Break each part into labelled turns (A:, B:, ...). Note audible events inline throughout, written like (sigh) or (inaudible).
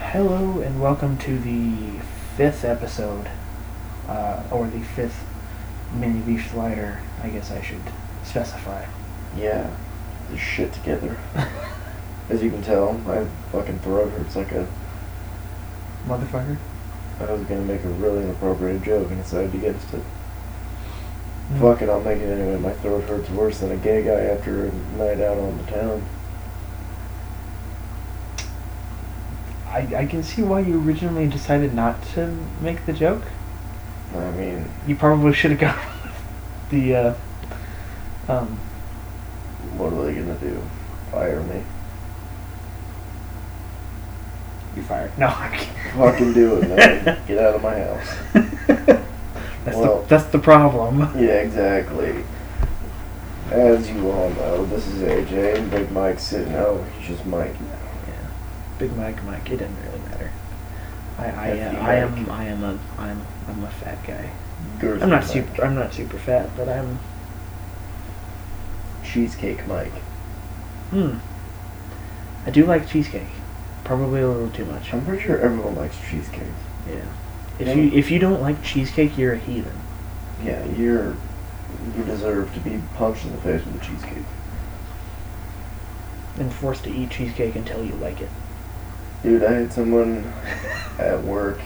A: Hello and welcome to the fifth episode, uh, or the fifth mini beef slider. I guess I should specify.
B: Yeah, the
A: (laughs)
B: shit together. As you can tell, my fucking throat hurts like a.
A: Motherfucker.
B: I was gonna make a really inappropriate joke and decided against it.
A: Mm.
B: Fuck it, I'll make it anyway. My throat hurts worse than a gay guy after a night out on the town.
A: I, I can see why you originally decided not to make the joke.
B: I mean,
A: You probably should have gone (laughs) with the uh, um,
B: what are they gonna do? Fire me?
A: you fired. No, (laughs) I can't.
B: Fucking do
A: (laughs)
B: it, man. Get out of my house.
A: That's
B: Well-
A: the that's the problem.
B: Yeah, exactly. As you all know, this is AJ and Big Mike sitting. Oh, he's just Mike.
A: (laughs) Yeah. Big Mike, Mike. It doesn't really matter. I I,
B: Hefty
A: uh, I am
B: Mike.
A: I am a I'm I'm a fat guy.
B: Girthy
A: I'm not
B: Mike.
A: super. I'm not super fat, but I'm.
B: Cheesecake Mike.
A: Hmm. I do like cheesecake. Probably a little too much.
B: I'm pretty sure everyone likes cheesecake.
A: Yeah. If
B: Yeah.
A: you if you don't like cheesecake, you're a heathen.
B: Yeah, you're you deserve to be punched in the face with a cheesecake.
A: And forced to eat cheesecake until you
B: (laughs)
A: like it.
B: Dude, I had someone at
A: Hmm.
B: work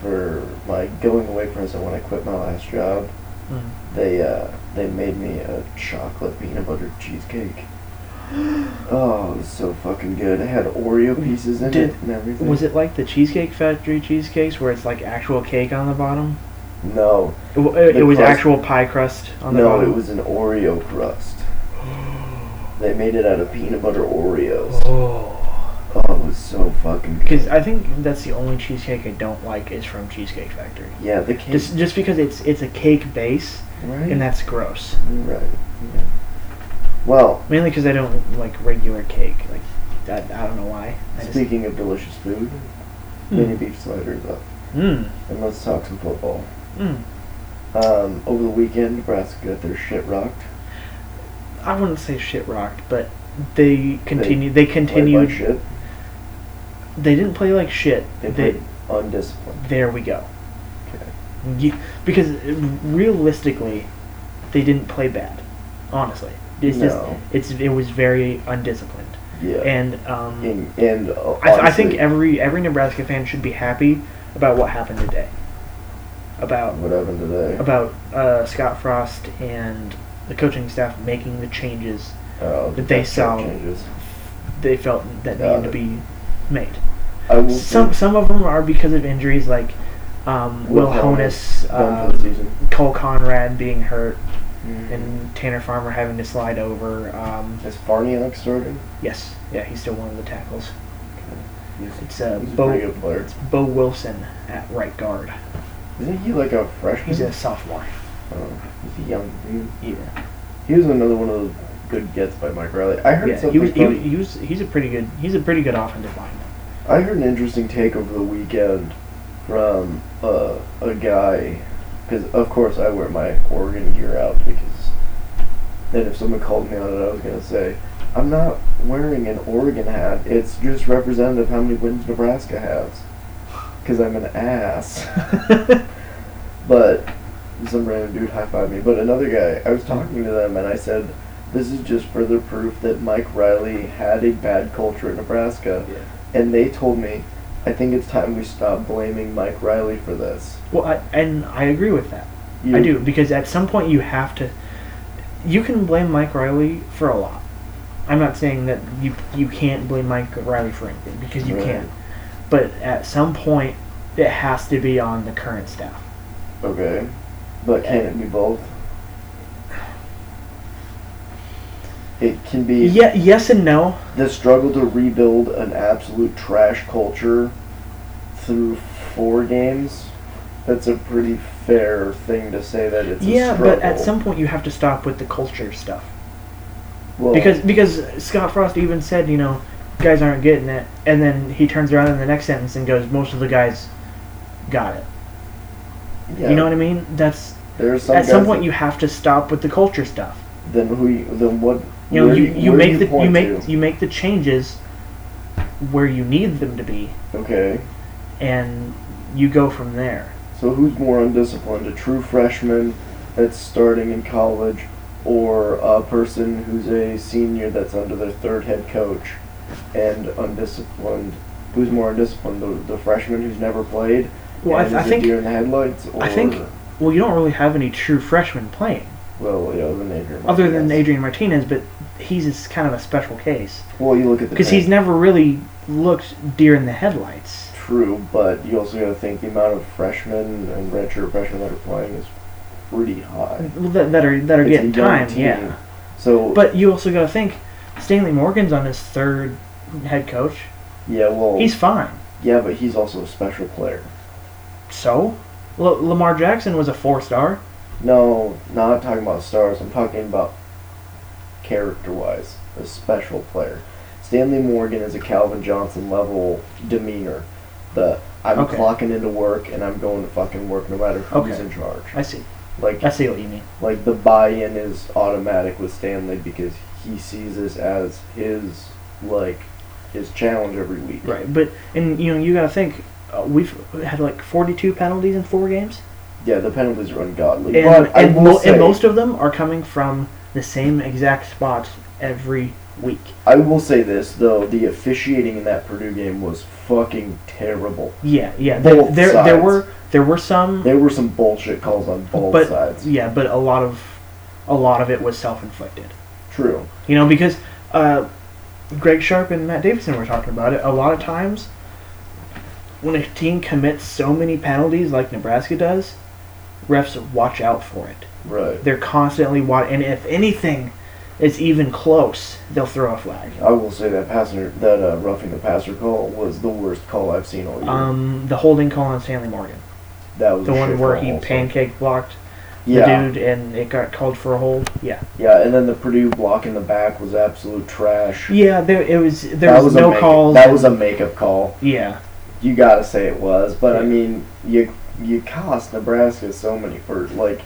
B: for my going away present when I quit my last job.
A: Mm.
B: They uh they made me a chocolate peanut butter
A: (gasps)
B: cheesecake. Oh, it was so fucking good. It had Oreo pieces in
A: Did-
B: it and everything.
A: Was it like the Cheesecake Factory cheesecakes where it's like actual cake on the bottom?
B: No.
A: It, w- it,
B: The
A: it was
B: crust.
A: actual pie crust on the
B: No,
A: bottom.
B: it was an Oreo crust. They made it out of peanut butter Oreos.
A: (gasps) Oh.
B: Oh, it was so fucking good.
A: Because I think that's the only cheesecake I don't like is from Cheesecake Factory.
B: Yeah, the cake.
A: Just just because it's it's a cake base
B: right?
A: and that's gross.
B: You're right. Yeah. Well,
A: Mainly because I don't like regular cake. Like, I, I don't know why. I just- Hmm.
B: speaking of delicious food, mini beef sliders up.
A: Mm.
B: And let's talk some football.
A: Mm.
B: Um, over the weekend, Nebraska got their shit rocked.
A: I wouldn't say shit rocked, but they continued. They,
B: Played like
A: continued.
B: shit.
A: They didn't play like shit.
B: They
A: They,
B: played undisciplined.
A: there we go.
B: Okay.
A: You, because realistically, they didn't play bad. Honestly, it's
B: No.
A: just it's it was very undisciplined,
B: Yeah.
A: and um,
B: and, and uh,
A: I, th- I think
B: honestly,
A: every every Nebraska fan should be happy about what happened today. About
B: what happened today?
A: about uh, Scott Frost and the coaching staff making the changes
B: uh,
A: that they
B: coaching
A: saw
B: changes.
A: they felt that
B: Got
A: needed to
B: it.
A: be made.
B: I will
A: Some
B: say,
A: some of them are because of injuries, like um, Will Honus,
B: done for the
A: uh, mm.
B: season.
A: Cole Conrad being hurt,
B: And
A: and Tanner Farmer having to slide over. Um,
B: is Farniak starting?
A: yes, yeah, he's still one of the tackles.
B: He's,
A: It's uh,
B: he's a
A: Bo
B: pretty good player.
A: Bo Wilson at right guard.
B: Isn't he like a freshman?
A: He's a sophomore.
B: Oh, he's a young dude.
A: Yeah,
B: He was another one of those good gets by Mike Riley. I heard
A: yeah.
B: something.
A: He was, he,
B: fun-
A: was- he was he's a pretty good he's a pretty good offensive
B: (laughs)
A: lineman.
B: I heard an interesting take over the weekend from uh, a guy. Because of course I wear my Oregon gear out because then if someone called me on it, I was gonna say I'm not wearing an Oregon hat. It's just representative how many wins Nebraska has. Because I'm an ass. (laughs) But some random dude high fived me. But another guy, I was talking to them and I said, This is just further proof that Mike Riley had a bad culture in Nebraska. And they told me, I think it's time we stop blaming Mike Riley for this.
A: Well, I, and I agree with that.
B: You-
A: I do because at some point you have to. You can blame Mike Riley for a lot. I'm not saying that you you can't blame Mike Riley for anything because you
B: Right.
A: can, but at some point it has to be on the current staff.
B: Okay. But can it be both? It can be
A: Yeah, yes and no.
B: the struggle to rebuild an absolute trash culture through four games. That's a pretty fair thing to say that it's
A: yeah,
B: a struggle.
A: but at some point you have to stop with the culture stuff
B: Well,
A: because because Scott Frost even said you know guys aren't getting it, and then he turns around in the next sentence and goes most of the guys got it.
B: yeah,
A: You know what I mean? That's
B: There's some
A: at some
B: guys
A: point you have to stop with the culture stuff.
B: that- then who you, then what
A: you know
B: where
A: you,
B: do
A: you
B: where do
A: make the you
B: point
A: make
B: to?
A: you make the changes where you need them to be,
B: Okay.
A: and you go from there.
B: So who's more undisciplined, a true freshman that's starting in college, or a person who's a senior that's under their third head coach and undisciplined? Who's more undisciplined, the, the freshman who's never played
A: Well, I,
B: and
A: th- I
B: is a
A: think.
B: deer in the headlights, or
A: I think- Well, you don't really have any true freshmen playing,
B: well, yeah, other than Adrian.
A: other than
B: Martinez.
A: Adrian Martinez, but he's just kind of a special case
B: Well, you look at the
A: because he's never really looked deer in the headlights.
B: True, but you also got to think the amount of freshmen and redshirt freshmen that are playing is pretty high.
A: Well, That, that are that are
B: It's a
A: getting
B: young
A: time,
B: team.
A: yeah.
B: So,
A: But you also got to think Stanley Morgan's on his third head coach.
B: yeah, well,
A: He's fine.
B: yeah, but he's also a special player.
A: So, L- Lamar Jackson was a four star.
B: No, not talking about stars. I'm talking about character-wise, a special player. Stanley Morgan is a Calvin Johnson level demeanor. The I'm
A: Okay.
B: clocking into work and I'm going to fucking work no matter who's
A: Okay.
B: in charge.
A: I see.
B: Like
A: I see what you mean.
B: like the buy-in is automatic with Stanley because he sees this as his like his challenge every week.
A: Right, but and you know you got to think uh, we've had like 42 penalties in four games,
B: Yeah, the penalties are ungodly.
A: and
B: but I
A: and,
B: will
A: mo-
B: say,
A: and most of them are coming from the same exact spots every week.
B: I will say this though: the officiating in that Purdue game was fucking terrible.
A: Yeah, yeah. There,
B: Both
A: there, there
B: sides.
A: were there were some,
B: There were some bullshit calls on both
A: but
B: sides.
A: yeah, but a lot of a lot of it was self inflicted.
B: True.
A: You know, because uh, Greg Sharp and Matt Davidson were talking about it. A lot of times, when a team commits so many penalties like Nebraska does, refs watch out for it.
B: Right.
A: They're constantly watching, and if anything is even close, they'll throw a flag.
B: I will say that passer that uh, roughing the passer call was the worst call I've seen all year.
A: Um, the holding call on Stanley Morgan,
B: that was
A: the
B: a
A: one
B: shit
A: where
B: call
A: he
B: also.
A: pancake blocked
B: Yeah,
A: the dude and it got called for a hold. Yeah,
B: yeah, and then the Purdue block in the back was absolute trash.
A: yeah. There it was. There
B: that
A: was,
B: a
A: no
B: make-
A: calls.
B: That
A: and-
B: was a makeup call.
A: yeah.
B: You gotta say it was, but I
A: Yeah.
B: mean, you you cost Nebraska so many for like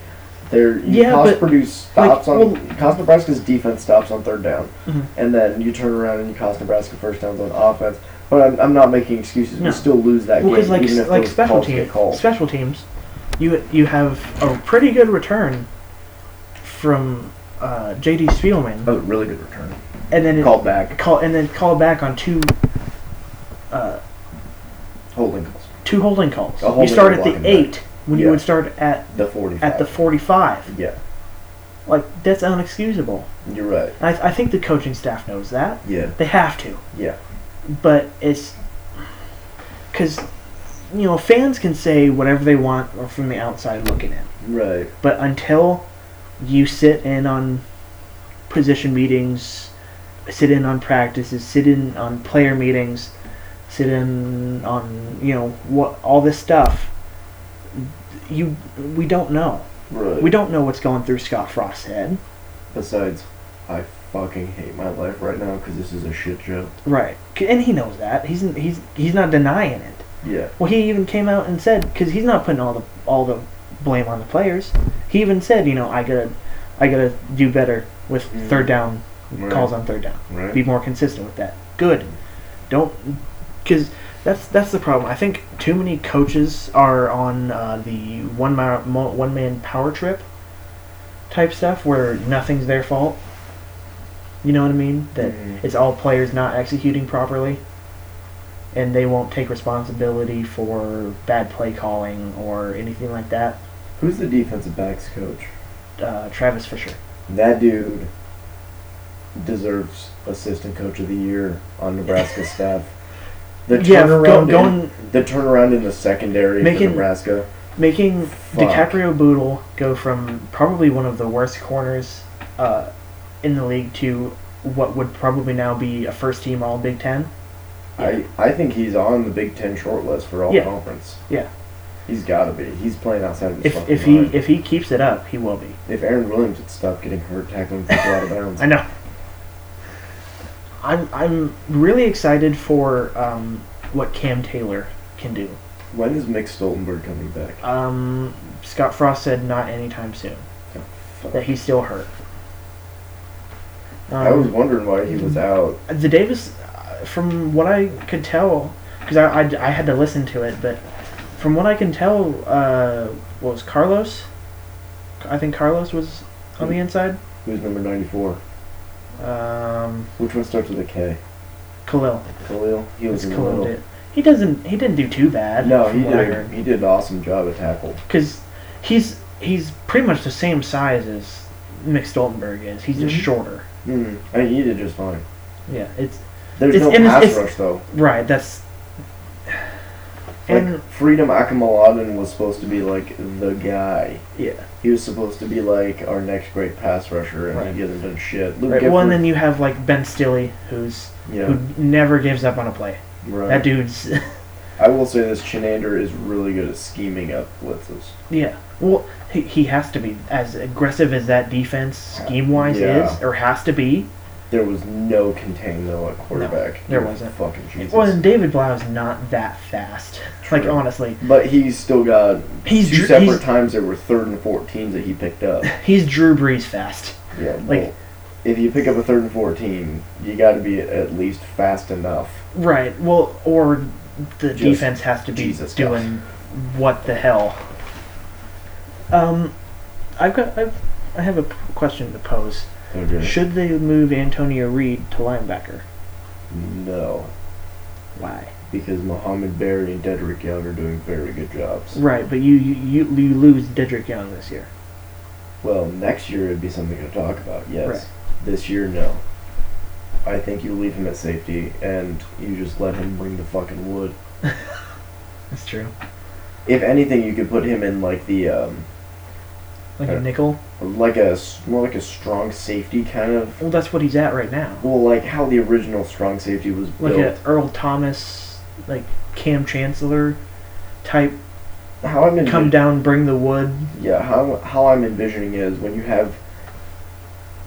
B: their you
A: Yeah,
B: cost
A: but,
B: Purdue stops on
A: well-
B: you cost Nebraska's defense stops on third down,
A: Mhm.
B: and then you turn around and you cost Nebraska first downs on offense. But I'm, I'm not making excuses.
A: No.
B: We still lose that
A: Well,
B: game
A: because like
B: even if
A: like
B: those
A: special
B: calls get
A: teams,
B: called.
A: special teams, you you have a pretty good return from uh, J.D. Spielman,
B: that was a really good return.
A: and then it,
B: Called back
A: call and then call back on two uh,
B: holding calls.
A: two holding calls.
B: A holding
A: you start
B: and
A: at
B: blocking
A: the
B: back.
A: eight when
B: Yeah.
A: you would start at
B: The forty.
A: at the forty-five.
B: yeah,
A: Like that's unexcusable.
B: you're right.
A: And I, I think the coaching staff knows that.
B: Yeah,
A: They have to.
B: yeah,
A: but it's because you know fans can say whatever they want or from the outside looking in
B: right.
A: but until you sit in on position meetings sit in on practices sit in on player meetings sit in on you know what all this stuff you we don't know
B: Right.
A: we don't know what's going through scott frost's head
B: Besides, I fucking hate my life right now because this is a shit show.
A: right and he knows that he's he's he's not denying it
B: Yeah.
A: Well, he even came out and said because he's not putting all the all the blame on the players. He even said, you know, I gotta I gotta do better with
B: Mm.
A: third down
B: Right.
A: calls on third down.
B: Right.
A: Be more consistent with that. Good. Don't because that's that's the problem. I think too many coaches are on uh, the one ma- mo- one man power trip type stuff where nothing's their fault. You know what I mean? That
B: Mhm.
A: it's all players not executing properly, and they won't take responsibility for bad play calling or anything like that.
B: Who's the defensive backs coach?
A: Uh, Travis Fisher.
B: That dude deserves assistant coach of the year
A: (laughs)
B: on Nebraska's staff. The
A: Yeah, go-
B: turnaround,
A: going-
B: in, the turnaround in the secondary
A: Making-
B: for Nebraska.
A: making
B: Fuck.
A: DiCaprio Boodle go from probably one of the worst corners uh, in the league to what would probably now be a first team All Big Ten.
B: I, I think he's on the Big Ten short list for all
A: Yeah.
B: conference.
A: Yeah.
B: He's got to be. He's playing outside of his
A: If
B: fucking
A: if he
B: mind.
A: if he keeps it up, he will be.
B: if Aaron Williams had stopped getting hurt tackling people out of bounds,
A: I know. I'm I'm really excited for um, what Cam Taylor can do.
B: when is Mick Stoltenberg coming back?
A: Um, Scott Frost said not anytime soon.
B: Oh, fuck.
A: That he's still hurt. Um, Mm-hmm.
B: I was wondering why he was out.
A: the Davis uh, from what I could tell, because I, I, I had to listen to it, but from what I can tell, uh, what was Carlos? I think Carlos was on
B: Hmm.
A: the inside.
B: Who's number 94?
A: Um,
B: Which one starts with a K?
A: Khalil.
B: Khalil? He
A: It's
B: was in the
A: Khalil
B: middle.
A: did. He doesn't. He didn't do too bad.
B: No, he did, a, he did an awesome job at tackle.
A: Because he's he's pretty much the same size as Mick Stoltenberg is. He's just
B: Mhm.
A: shorter.
B: Mm. I mean, he did just fine.
A: Yeah, it's
B: There's
A: Hmm. It's-
B: no
A: and it's-
B: pass
A: it's-
B: rush, though.
A: right. That's
B: Like,
A: and
B: Freedom Akamaladen was supposed to be, like, the guy.
A: yeah.
B: He was supposed to be, like, our next great pass rusher, and he hasn't done shit. Luke
A: Right, well, and
B: Gifford-
A: then you have like Ben Stilley, who's
B: yeah,
A: who never gives up on a play.
B: right.
A: That dude's (laughs)
B: I will say this, Chenander is really good at scheming up blitzes.
A: yeah. Well, he, he has to be as aggressive as that defense scheme wise
B: Yeah.
A: is, or has to be.
B: There was no contain though at quarterback.
A: there
B: You're
A: wasn't.
B: Fucking Jesus.
A: Well, and David Blau's not that fast. Like
B: True.
A: honestly,
B: But he's still got
A: he's
B: two
A: Drew,
B: separate
A: he's,
B: times there were third and fourteens that he picked up.
A: he's Drew Brees fast.
B: Yeah, like
A: Like-
B: if you pick up a third and fourteen, you got to be at least fast enough.
A: Right. Well, or the
B: Just
A: defense has to be
B: Jesus
A: doing what the hell. Um, I've got I've, I have a p- question to pose.
B: Okay.
A: Should they move Antonio Reed to linebacker?
B: No,
A: Why?
B: because Muhammad Berry and Dedrick Young are doing very good jobs.
A: Right, but you you, you, you lose Dedrick Young this year.
B: Well, next year it'd be something to talk about. Yes. This year, no. I think you leave him at safety and you just let him bring the fucking wood.
A: That's true.
B: If anything, you could put him in like the um,
A: Like
B: Yeah.
A: a nickel.
B: like a s- more like a strong safety kind of
A: Well, that's what he's at right now.
B: well like how the original strong safety was
A: Like
B: built.
A: a Earl Thomas, like Cam Chancellor type.
B: how I'm
A: Come
B: envi-
A: down, bring the wood.
B: yeah how how I'm envisioning is when you have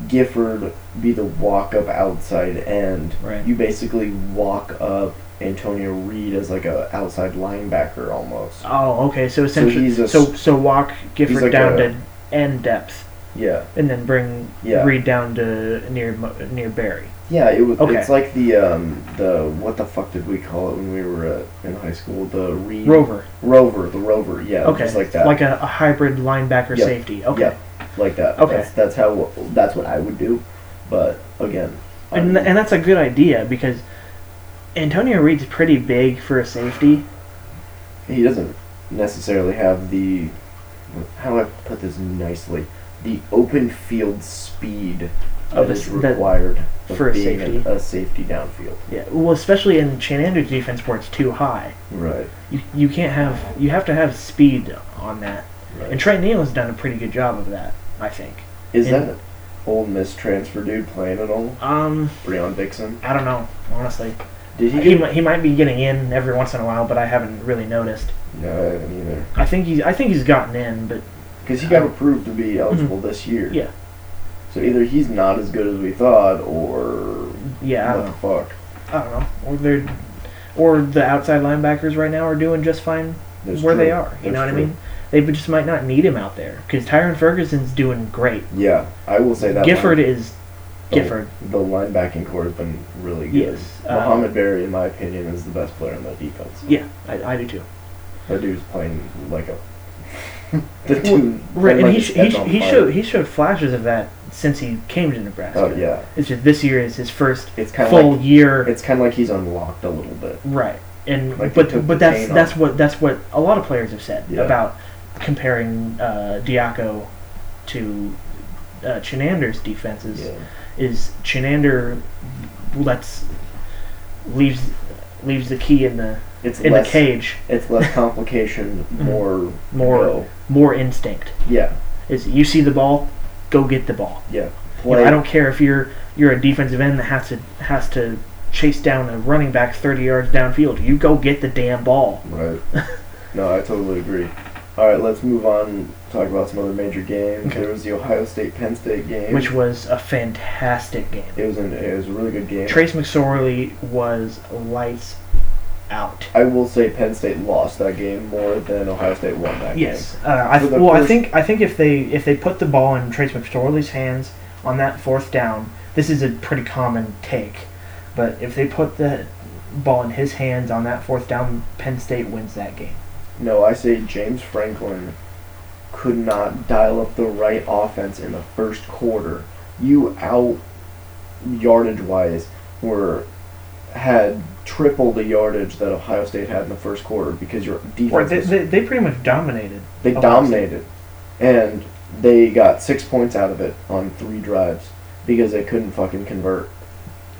B: Gifford be the walk up outside end.
A: Right.
B: You basically walk up Antonio Reed as like a outside linebacker almost.
A: Oh, okay. So essentially,
B: he's a
A: so
B: s-
A: so, walk Gifford
B: like
A: down
B: a-
A: to end depth,
B: Yeah.
A: and then bring
B: Yeah.
A: Reed down to near Mo- near Barry.
B: Yeah, it was.
A: Okay.
B: It's like the um the what the fuck did we call it when we were uh, in high school? The re-
A: Rover.
B: Rover, the rover. Yeah,
A: Okay,
B: just like that.
A: like a, a hybrid linebacker
B: Yeah.
A: safety. Okay,
B: Yeah, like that.
A: Okay.
B: That's, that's how. That's what I would do. But again,
A: and
B: I'm-
A: and that's a good idea because Antonio Reed's pretty big for a safety.
B: he doesn't necessarily have the how do I put this nicely the open field speed
A: Of
B: that
A: a s-
B: is
A: that-
B: required of
A: for a
B: being
A: safety.
B: a, a safety downfield.
A: Yeah, well, especially in Chenander's defense where it's too high.
B: Right.
A: You, you can't have you have to have speed on that.
B: Right.
A: And Trey Neal has done a pretty good job of that, I think.
B: is
A: and-
B: that old Miss transfer dude playing at all?
A: Um,
B: Breon Dixon.
A: I don't know, honestly.
B: Did he?
A: He,
B: Get,
A: mi- he might be getting in every once in a while, but I haven't really noticed.
B: no, I haven't either.
A: I think he's I think he's gotten in, but
B: Because he got approved to be eligible this year.
A: Uh, mm-hmm. Yeah.
B: So either he's not as good as we thought, or
A: yeah, I
B: what
A: don't
B: the
A: know.
B: fuck?
A: I don't know. Or they're or the outside linebackers right now are doing just fine
B: That's
A: where they
B: true.
A: are. You know
B: That's
A: what I mean? They just might not need him out there because Tyron Ferguson's doing great.
B: true. Yeah, I will say that.
A: Gifford
B: line-
A: is Gifford.
B: The linebacking core has been really good.
A: Yes, uh,
B: Muhammad Berry, in my opinion, is the best player on that defense.
A: Yeah, I, I do too.
B: That dude's playing like
A: (laughs)
B: a. the dude.
A: Right,
B: playing
A: and
B: like
A: he
B: a
A: sh- he,
B: cat's
A: sh-
B: on
A: he
B: fire.
A: showed he showed flashes of that since he came to Nebraska.
B: Oh yeah,
A: It's just this year is his first
B: it's kind of
A: full
B: like
A: year.
B: it's kind of like he's unlocked a little bit.
A: Right. And
B: Like, they
A: but
B: took
A: but
B: the
A: that's
B: chain
A: that's
B: off.
A: what that's what a lot of players have said
B: Yeah.
A: about comparing uh, Diaco to uh, Chenander's defenses
B: Yeah.
A: is Chenander lets leaves leaves the key in the
B: It's
A: in
B: less
A: the cage Mm-hmm.
B: it's less
A: (laughs)
B: complication, more
A: More-
B: go.
A: more instinct
B: yeah
A: is you see the ball go get the ball
B: yeah.
A: You know,
B: Play
A: I don't care if you're you're a defensive end that has to has to chase down a running back 30 yards downfield you go get the damn ball (laughs)
B: Right. no, I totally agree. All right, let's move on. Talk about some other major games.
A: Okay.
B: There was the Ohio State Penn State game,
A: which was a fantastic game
B: it was an it was a really good game.
A: Trace McSorley was lights out.
B: I will say Penn State lost that game more than Ohio State won that
A: Yes. Uh, I
B: For the
A: well, I
B: first-
A: think I think if they if they put the ball in Trace McSorley's hands on that fourth down, this is a pretty common take. But if they put the ball in his hands on that fourth down, Penn State wins that game.
B: No, I say James Franklin could not dial up the right offense in the first quarter. You out yardage wise were had triple the yardage that Ohio State had in the first quarter because your defense
A: Or they,
B: was-
A: they, they pretty much dominated.
B: they
A: Ohio State.
B: dominated, and they got six points out of it on three drives because they couldn't fucking convert.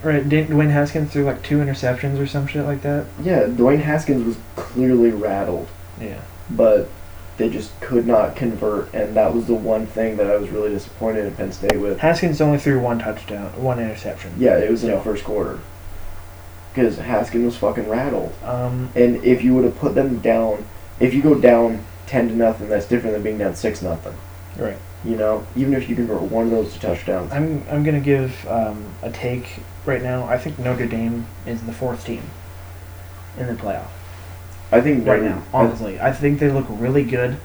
A: Right? Didn't Dwayne Haskins threw like two interceptions or some shit like that?
B: Yeah, Dwayne Haskins was clearly rattled.
A: Yeah.
B: but they just could not convert, and that was the one thing that I was really disappointed in Penn State with.
A: Haskins only threw one touchdown, one interception.
B: Yeah, it was in
A: Yeah.
B: the first quarter because Haskins was fucking rattled,
A: Um,
B: and if you would have put them down, if you go down ten to nothing, that's different than being down six nothing.
A: right.
B: You know, even if you convert one of those to touchdowns,
A: I'm I'm gonna give um, a take right now. I think Notre Dame is the fourth team in the playoff.
B: I think
A: right
B: Notre-
A: now. Honestly, I think they look really good.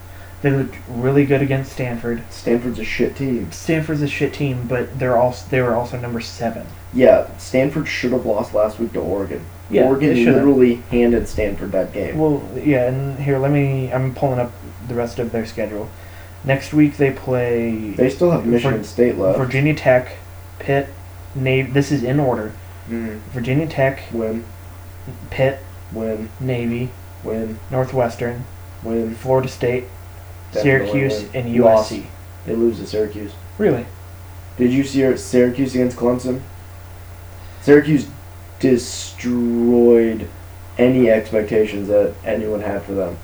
A: They looked really good against Stanford.
B: Stanford's a shit team.
A: Stanford's a shit team, but they're also they were also number seven.
B: Yeah, Stanford should have lost last week to Oregon.
A: Yeah,
B: Oregon
A: they should've.
B: literally handed Stanford that game.
A: Well, yeah, and here let me. I'm pulling up the rest of their schedule. Next week they play
B: They still have Michigan
A: Vir-
B: State left.
A: Virginia Tech, Pitt, Navy. This is in order:
B: Mm.
A: Virginia Tech,
B: Win,
A: Pitt,
B: win,
A: Navy,
B: win,
A: Northwestern,
B: win.
A: Florida State,
B: Definitely
A: Syracuse,
B: win.
A: and USC.
B: Lost. They lose to Syracuse.
A: Really?
B: Did you see Syracuse against Clemson? Syracuse destroyed any expectations that anyone had for them.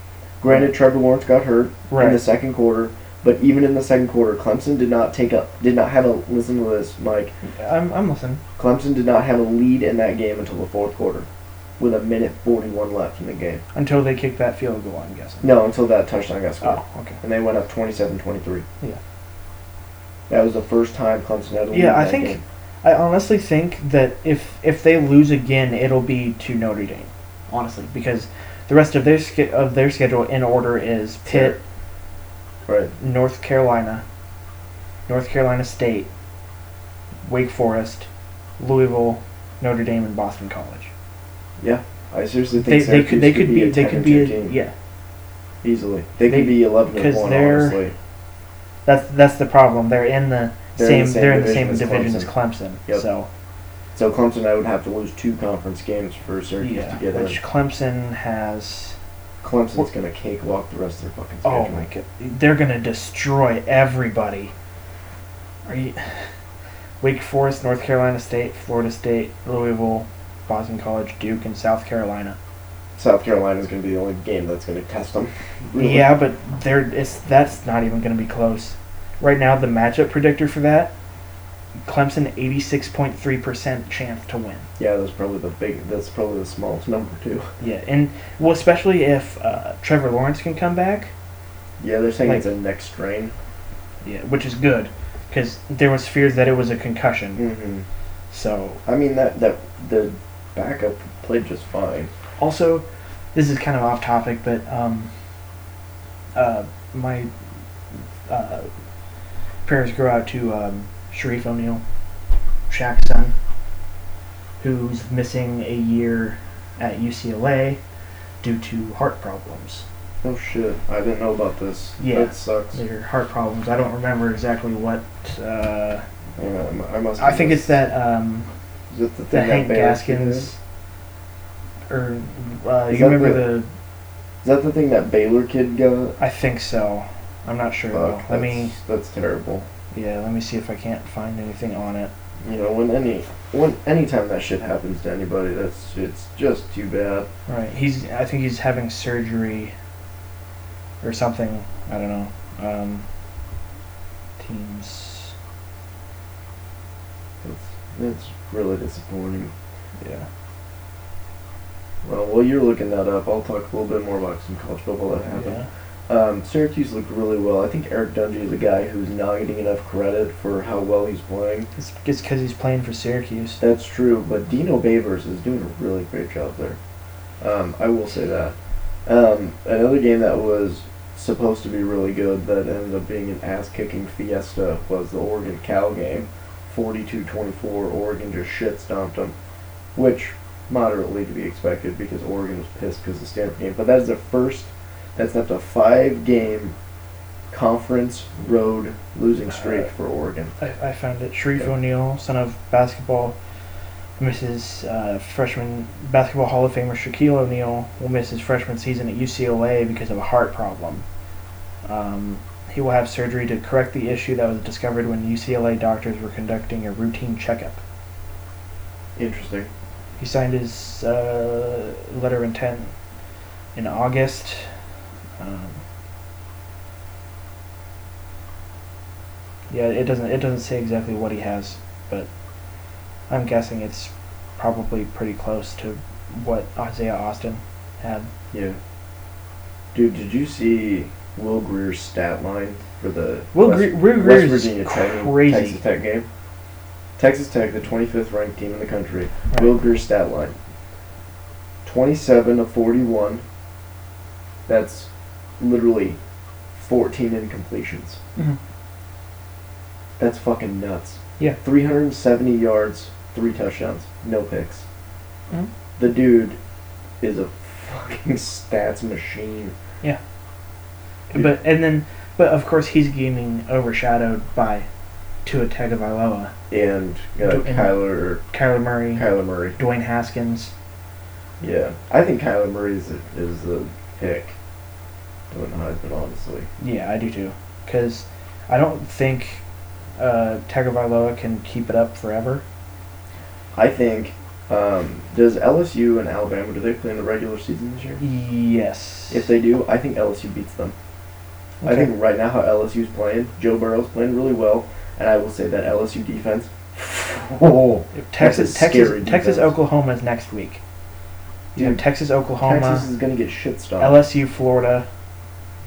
B: Granted, Trevor Lawrence got hurt in
A: Right.
B: the second quarter, but even in the second quarter, Clemson did not take a did not have a listen to this, Mike.
A: I'm I'm listening.
B: Clemson did not have a lead in that game until the fourth quarter, with a minute forty one left in the game.
A: Until they kick that field goal, I'm guessing.
B: No, until that touchdown got scored,
A: Oh, okay.
B: and they went up 27-23.
A: Yeah.
B: That was the first time Clemson had a lead.
A: Yeah,
B: in
A: I
B: that
A: think-
B: game.
A: I honestly think that if if they lose again, it'll be to Notre Dame. Honestly, because the rest of their sch- of their schedule in order is Pitt,
B: Right.
A: North Carolina, North Carolina State, Wake Forest, Louisville, Notre Dame, and Boston College.
B: I seriously
A: They,
B: think
A: they could they could be
B: a
A: they
B: 10
A: could
B: or
A: be a,
B: 15
A: yeah.
B: easily. They,
A: they-
B: could be eleven and
A: because
B: one.
A: they're-
B: Honestly,
A: That's that's the problem. They're in the
B: They're
A: same,
B: in the same
A: they're in the
B: division
A: same
B: as
A: division
B: Clemson.
A: as Clemson.
B: Yep.
A: So
B: so Clemson, I would have to lose two conference games for Syracuse
A: yeah,
B: to get in.
A: which Clemson has.
B: Clemson's gonna cakewalk the rest of their fucking schedule.
A: Oh my god, they're gonna destroy everybody. Are you? Wake Forest, North Carolina State, Florida State, Louisville, Boston College, Duke, and South Carolina.
B: South Carolina's gonna be the only game that's gonna test them.
A: (laughs)
B: Really.
A: Yeah, but they're it's that's not even gonna be close. Right now, the matchup predictor for that, Clemson, eighty-six point three percent chance to win.
B: Yeah, that's probably the big. That's probably the smallest number too.
A: Yeah, and well, especially if uh, Trevor Lawrence can come back.
B: Yeah, they're saying
A: Like-
B: it's a neck strain.
A: Yeah, which is good because there was fears that it was a concussion.
B: Mm-hmm.
A: So
B: I mean that that the backup played just fine.
A: Also, this is kind of off topic, but um, uh, my uh, prayers go out to um, Sharif O'Neal, Shaq's son, who's missing a year at UCLA due to heart problems.
B: Oh shit! I didn't know about this.
A: Yeah.
B: that sucks.
A: Their heart problems. I don't remember exactly what. Uh,
B: Yeah, I mu- I must.
A: I
B: have
A: think
B: missed-
A: it's that um,
B: Is it the thing
A: the
B: that
A: Hank
B: Bears did?
A: Gaskins. Or uh,
B: Is
A: you
B: that
A: remember
B: the-
A: the
B: Is that the thing that Baylor kid got?
A: I think so. I'm not sure. though.
B: Fuck,
A: Let
B: that's,
A: me
B: That's terrible.
A: yeah, let me see if I can't find anything on it.
B: You know, when any when anytime that shit happens to anybody, that's it's just too bad.
A: All right. He's I think he's having surgery or something. I don't know. Um, teams.
B: It's it's really disappointing.
A: Yeah.
B: Well, while you're looking that up, I'll talk a little bit more about some college football that happened.
A: Yeah.
B: Um, Syracuse looked really well. I think Eric Dungey is a guy who's not getting enough credit for how well he's playing.
A: It's just because he's playing for Syracuse.
B: That's true, but Dino Babers is doing a really great job there. Um, I will say that. Um, another game that was supposed to be really good that ended up being an ass-kicking fiesta was the Oregon Cal game. 42-24, Oregon just shit stomped them. which moderately to be expected because Oregon was pissed because of the Stanford game. But that is the first. That's up to five game conference road losing streak for Oregon.
A: I, I found it. Sharif O'Neal, son of basketball, misses uh, freshman basketball Hall of Famer Shaquille O'Neal will miss his freshman season at UCLA because of a heart problem. Um, he will have surgery to correct the issue that was discovered when UCLA doctors were conducting a routine checkup.
B: Interesting.
A: He signed his uh, letter of intent in August. Um, yeah, it doesn't it doesn't say exactly what he has, but I'm guessing it's probably pretty close to what Isaiah Austin had.
B: Yeah. Dude, did you see Will Greer's stat line for the
A: Will
B: West,
A: Gre- Will
B: West
A: Greer is
B: Virginia Tech
A: crazy.
B: Texas Tech game? Texas Tech, the 25th ranked team in the country.
A: Right.
B: Will Greer's stat line: 27 of 41. That's literally 14 incompletions.
A: Mhm.
B: That's fucking nuts.
A: Yeah.
B: 370 yards, three touchdowns, no picks.
A: Mhm.
B: The dude is a fucking (laughs) stats machine. Dude.
A: But and then, but of course he's getting overshadowed by Tua Tagovailoa,
B: And uh,
A: Do- and-
B: Kyler
A: Kyler Murray,
B: Kyler Murray.
A: Dwayne Haskins.
B: Yeah, I think Kyler Murray is the, is the pick to win the Heisman. Honestly,
A: Yeah, I do too. Because I don't think uh, Tagovailoa can keep it up forever.
B: I think. Um, does LSU and Alabama do they play in the regular season this year?
A: Yes.
B: If they do, I think LSU beats them. I
A: Okay.
B: think right now how LSU's playing, Joe Burrow's playing really well, and I will say that LSU defense. (laughs) Oh,
A: If Texas,
B: a
A: Texas,
B: scary
A: Texas,
B: defense.
A: Oklahoma is next week. You have
B: Dude,
A: Texas, Oklahoma,
B: Texas is gonna get shit stopped.
A: LSU, Florida.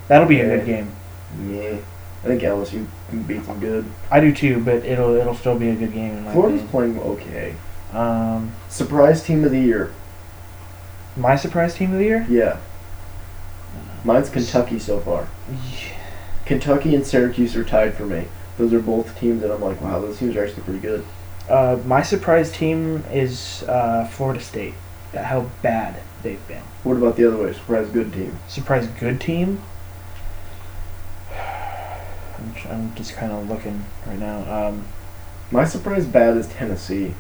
A: That'll be a good
B: Yeah.
A: game.
B: yeah, I think LSU beats them good.
A: I do too, but it'll it'll still be a good game in my
B: Florida's
A: opinion.
B: playing okay.
A: Um,
B: Surprise team of the year.
A: my surprise team of the year.
B: Yeah. Mine's Kentucky so far. Kentucky and Syracuse are tied for me. Those are both teams that I'm like, wow, those teams are actually pretty good.
A: Uh, my surprise team is uh, Florida State. That how bad they've been.
B: What about the other way? Surprise good team.
A: Surprise good team. I'm, tr- I'm just kind of looking right now. Um,
B: My surprise bad is Tennessee.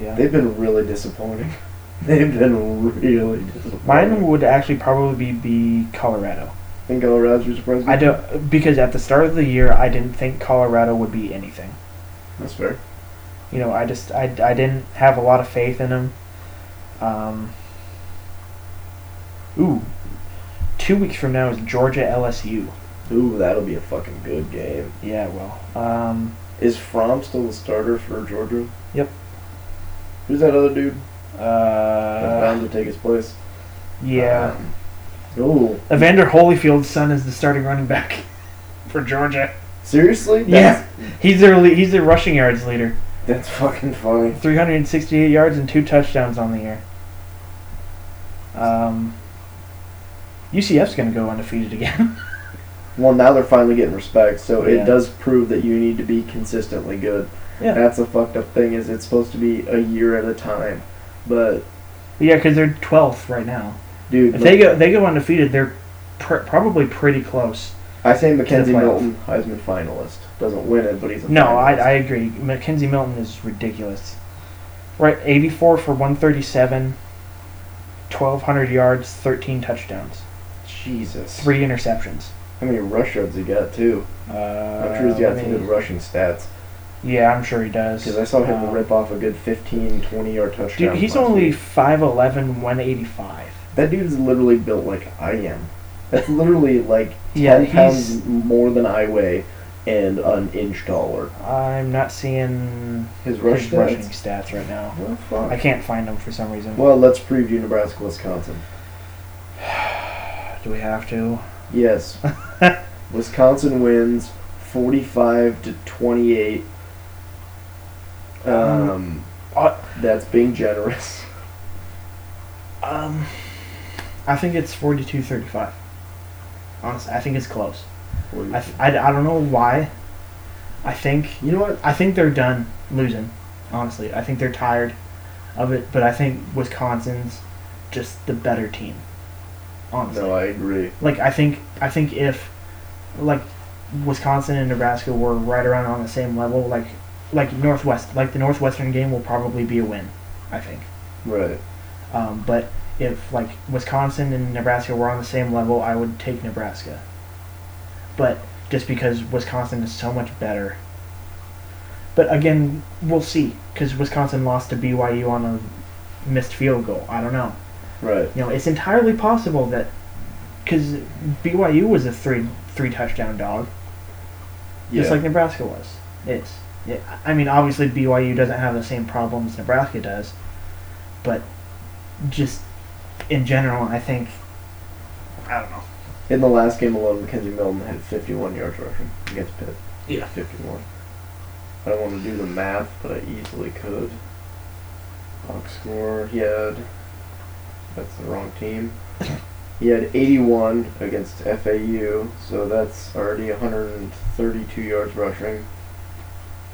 A: yeah.
B: They've been really disappointing. (laughs) They've been really disappointing.
A: Mine would actually probably be Colorado.
B: think Colorado's your surprise.
A: I
B: good team?
A: don't because at the start of the year I didn't think Colorado would be anything.
B: That's fair.
A: You know, I just I, I didn't have a lot of faith in them. Um, ooh, two weeks from now is Georgia LSU.
B: Ooh, that'll be a fucking good game.
A: Yeah, well, um,
B: Is Fromm still the starter for Georgia?
A: Yep.
B: Who's that other dude that
A: uh,
B: bound to take his place?
A: yeah.
B: Um, ooh.
A: Evander Holyfield's son is the starting running back (laughs) for Georgia.
B: Seriously?
A: Yeah. He's their le- he's their rushing yards leader.
B: That's fucking funny.
A: 368 yards and two touchdowns on the year. Um, UCF's going to go undefeated again. (laughs)
B: Well, now they're finally getting respect, so
A: Yeah.
B: it does prove that you need to be consistently good.
A: Yeah.
B: That's the fucked up thing is it's supposed to be a year at a time, but
A: yeah, because they're 12th right now.
B: dude,
A: If they go they go undefeated, they're pr- probably pretty close.
B: I say Mackenzie
A: playoffs.
B: Milton Heisman finalist doesn't win it, but he's a
A: No, I,
B: finalist.
A: I agree. Mackenzie Milton is ridiculous. Right, 84 for 137, 1,200 yards, 13 touchdowns,
B: Jesus,
A: three interceptions.
B: How many rush yards he got too?
A: Uh,
B: I'm sure he's got
A: let
B: some
A: me-
B: good rushing stats
A: Yeah, I'm sure he does.
B: because I saw him
A: Um,
B: rip off a good 15, 20 yard touchdown.
A: Dude, he's
B: last
A: only
B: week.
A: 5'11", 185.
B: that dude is literally built like I am. That's literally like
A: (laughs) Yeah,
B: ten
A: he's-
B: pounds more than I weigh and an inch taller.
A: I'm not seeing
B: His rush
A: his
B: stats.
A: rushing stats right now.
B: Well,
A: I
B: fuck.
A: can't find them for some reason.
B: Well, let's preview Nebraska, Wisconsin.
A: Do we have to? (laughs)
B: Yes, Wisconsin wins forty-five to twenty-eight. Um,
A: Uh,
B: that's being generous.
A: Um, I think it's 42-35. Honestly, I think it's close. I, th- I, I don't know why. I think
B: you know what?
A: I think they're done losing. Honestly, I think they're tired. of it, but I think Wisconsin's just the better team. Honestly,
B: No, I agree.
A: like I think I think if like Wisconsin and Nebraska were right around on the same level, like like Northwest, like the Northwestern game will probably be a win. I think.
B: Right.
A: Um, but if like Wisconsin and Nebraska were on the same level, I would take Nebraska. But just because Wisconsin is so much better. But again, we'll see because Wisconsin lost to BYU on a missed field goal. I don't know.
B: Right.
A: You know, it's entirely possible that because BYU was a three three touchdown dog,
B: Yeah.
A: just like Nebraska was. It's it, I mean, obviously BYU doesn't have the same problems Nebraska does, but just in general, I think I don't know.
B: In the last game alone, Mackenzie Milton had 51 yards rushing against Pitt.
A: Yeah.
B: 51. I don't want to do the math, but I easily could. Box score, he had. That's the wrong team. He had 81 against FAU, so that's already 132 yards rushing.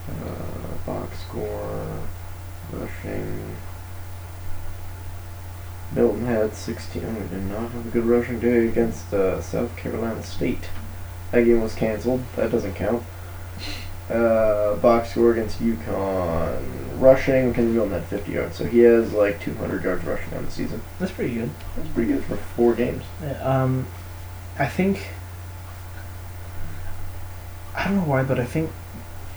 B: Uh, box score, rushing. Milton had 16. We did not have a good rushing day against uh, South Carolina State. That game was canceled. That doesn't count. Uh, box score against UConn. Rushing, Mackenzie Milton had 50 yards, so he has like 200 yards rushing on the season.
A: That's pretty good.
B: That's pretty good for four games.
A: Uh, Um, I think I don't know why, but I think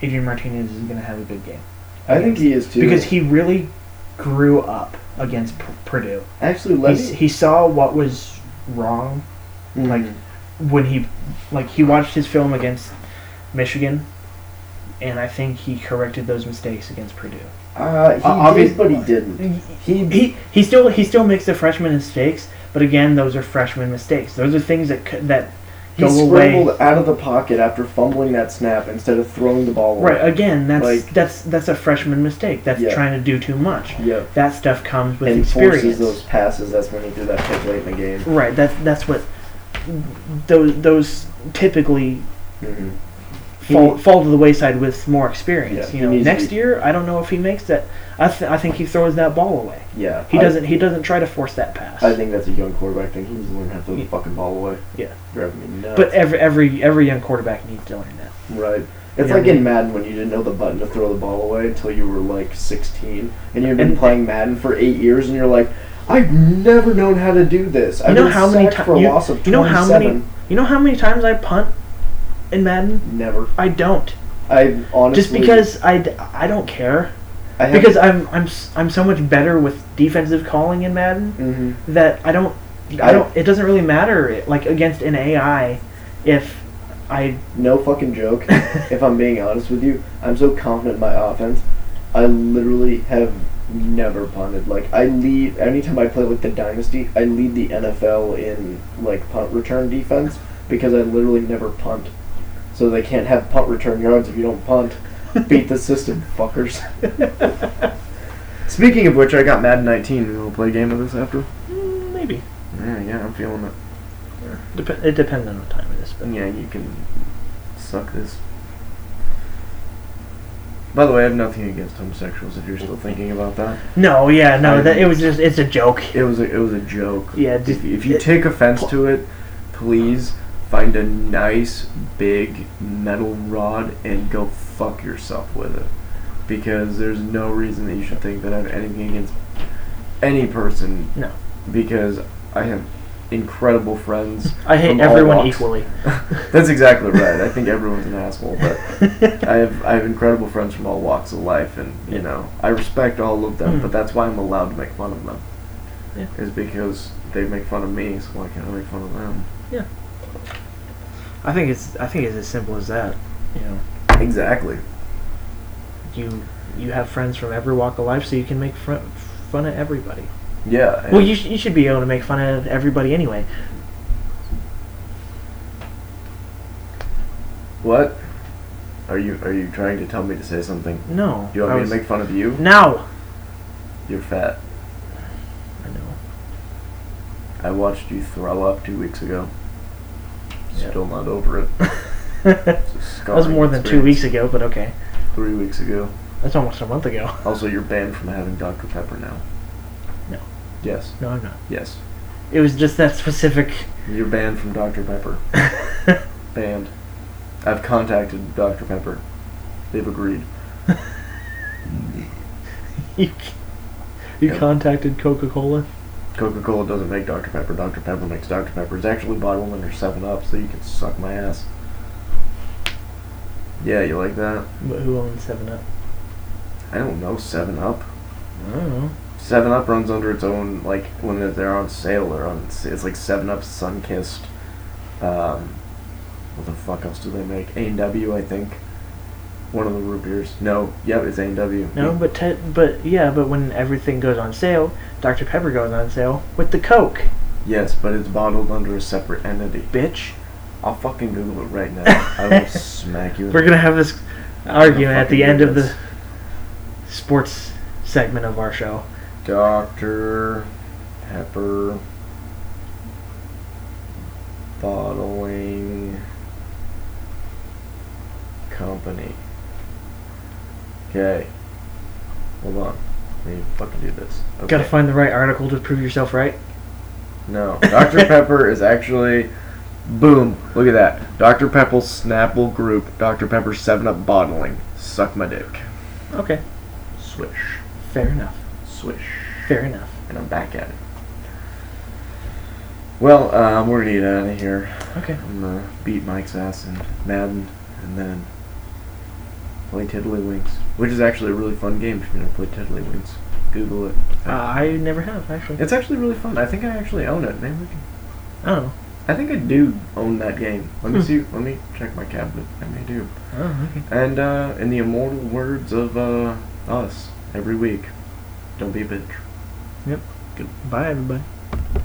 A: Adrian Martinez is going to have a good game
B: I think he is too.
A: because he really grew up against P- Purdue.
B: actually let Hmm.
A: He's, he saw what was wrong like, when he like he watched his film against Michigan, and I think he corrected those mistakes against Purdue.
B: uh, he
A: o-
B: did,
A: obvi-
B: but he didn't. He
A: He he still he still makes the freshman mistakes, but again, those are freshman mistakes. Those are things that c- that
B: he
A: go away.
B: scrambled out of the pocket after fumbling that snap instead of throwing the ball. away.
A: Right again, that's
B: Like-
A: that's that's a freshman mistake. That's
B: Yeah.
A: trying to do too much.
B: Yeah.
A: That stuff comes with
B: and
A: experience.
B: forces those passes. That's when he threw that pick late in the game.
A: Right. That's that's what those those typically
B: Mm-hmm.
A: fall, fall to the wayside with more experience. you
B: Yeah, he
A: know,
B: needs to
A: next
B: be-
A: year I don't know if he makes that. I, th- I think he throws that ball away.
B: Yeah,
A: He
B: I-
A: doesn't. He doesn't try to force that pass.
B: I think that's a young quarterback thing. He needs to learn how to throw the
A: Yeah.
B: fucking ball away.
A: Yeah.
B: driving me nuts.
A: But eh, every every every young quarterback needs to learn that.
B: right, it's
A: Yeah,
B: like
A: I
B: in
A: mean-
B: Madden when you didn't know the button to throw the ball away until you were like 16, and you've been
A: And-
B: playing Madden for eight years, and you're like, I've never known how to do this. I've
A: You know
B: been
A: how many
B: sacked
A: times
B: for a
A: you,
B: loss of
A: you know how many
B: 27.
A: you know how many times I punt in Madden.
B: Never.
A: I don't
B: I honestly
A: just because I, d- I don't care
B: I have,
A: because I'm I'm s- I'm so much better with defensive calling in Madden
B: hmm
A: that I don't I
B: I-
A: don't it doesn't really matter it, like against an AI if I
B: No fucking (laughs) joke. if I'm being honest with you, I'm so confident in my offense. I literally have never punted. Like I lead anytime I play like the dynasty, I lead the NFL in like punt return defense because I literally never punt. So they can't have punt return yards if you don't (laughs) punt. Beat the system, fuckers. (laughs) Speaking of which, I got Madden 19. We'll play a game of this after.
A: mm, maybe
B: Yeah, yeah, I'm feeling it.
A: Dep- it depends on what time it is. But
B: Yeah, you can suck this. By the way, I have nothing against homosexuals. If you're still thinking about that,
A: no, yeah, no,
B: I-
A: that, it was just it's a joke.
B: it was a, it was a joke.
A: Yeah,
B: If,
A: just-
B: if you
A: it-
B: take offense to it, please find a nice big metal rod and go fuck yourself with it, because there's no reason that you should think that I have anything against any person.
A: No.
B: Because I have incredible friends.
A: I hate
B: from all
A: everyone
B: walks.
A: equally.
B: (laughs)
A: (laughs)
B: That's exactly right. I think everyone's an asshole, but I have I have incredible friends from all walks of life, and you
A: Yeah.
B: know I respect all of them.
A: Mm.
B: But that's why I'm allowed to make fun of them.
A: Yeah.
B: Is because they make fun of me, so why can't I make fun of them?
A: I think it's I think it's as simple as that. You know,
B: Exactly.
A: you you have friends from every walk of life, so you can make fr- fun of everybody.
B: Yeah.
A: Well,
B: and-
A: you, sh- you should be able to make fun of everybody anyway.
B: what? Are you are you trying to tell me to say something?
A: No,
B: You want
A: I
B: me
A: was-
B: to make Oh, fun of you?
A: now.
B: You're fat.
A: I know.
B: I watched you throw up two weeks ago.
A: Yeah.
B: Still
A: (laughs)
B: not over it.
A: that
B: It's a
A: was more than two
B: scarring
A: weeks
B: experience.
A: ago, but okay.
B: Three weeks ago.
A: That's almost a month ago. (laughs)
B: Also, you're banned from having Dr. Pepper now.
A: No.
B: Yes.
A: No, I'm not.
B: Yes.
A: It was just that specific. (laughs)
B: You're banned from Dr. Pepper. banned. I've contacted Dr. Pepper. They've agreed.
A: You, c- you
B: Yeah.
A: contacted Coca Cola?
B: Coca Cola doesn't make Dr. Pepper. Dr. Pepper makes Dr. Pepper. It's actually bottled under 7 Up, so you can suck my ass. Yeah, you like that?
A: But who owns 7 Up?
B: I don't know, 7 Up?
A: I don't know.
B: Seven Up runs under its own like when they're- they're on sale. They're on. s- It's like Seven Up, Sunkist. Um, what the fuck else do they make? A and W, I think. One of the root beers. No, yep, it's A and W.
A: No, but te- but yeah, but when everything goes on sale, Dr Pepper goes on sale with the Coke,
B: Yes, but it's bottled under a separate entity.
A: bitch.
B: I'll fucking Google it right now.
A: (laughs)
B: I will smack you. in
A: We're
B: the-
A: gonna have this argument at
B: fucking
A: the end of the
B: goodness.
A: sports segment of our show.
B: Dr. Pepper Bottling Company. Okay. Hold on. Let me fucking do this. Okay.
A: Gotta find the right article to prove yourself right.
B: no. Dr. Pepper is actually. Boom. Look at that. Dr. Pepper Snapple Group. Dr. Pepper 7 Up Bottling. Suck my dick.
A: Okay,
B: Swish.
A: fair enough.
B: Swish.
A: Fair enough.
B: and I'm back at it. Well, um, we're gonna get out of here.
A: Okay.
B: I'm gonna beat Mike's ass and Madden, and then play Tiddlywinks, which is actually a really fun game if you never played Tiddlywinks. Google it.
A: Uh, I never have actually.
B: It's actually really fun. I think I actually own it. Maybe we can.
A: I don't know.
B: I think I do own that game. Let me
A: Hmm.
B: see. Let me check my cabinet. I may do.
A: Oh, okay.
B: And uh, in the immortal words of uh, us, every week, don't be a bitch.
A: Bye, everybody.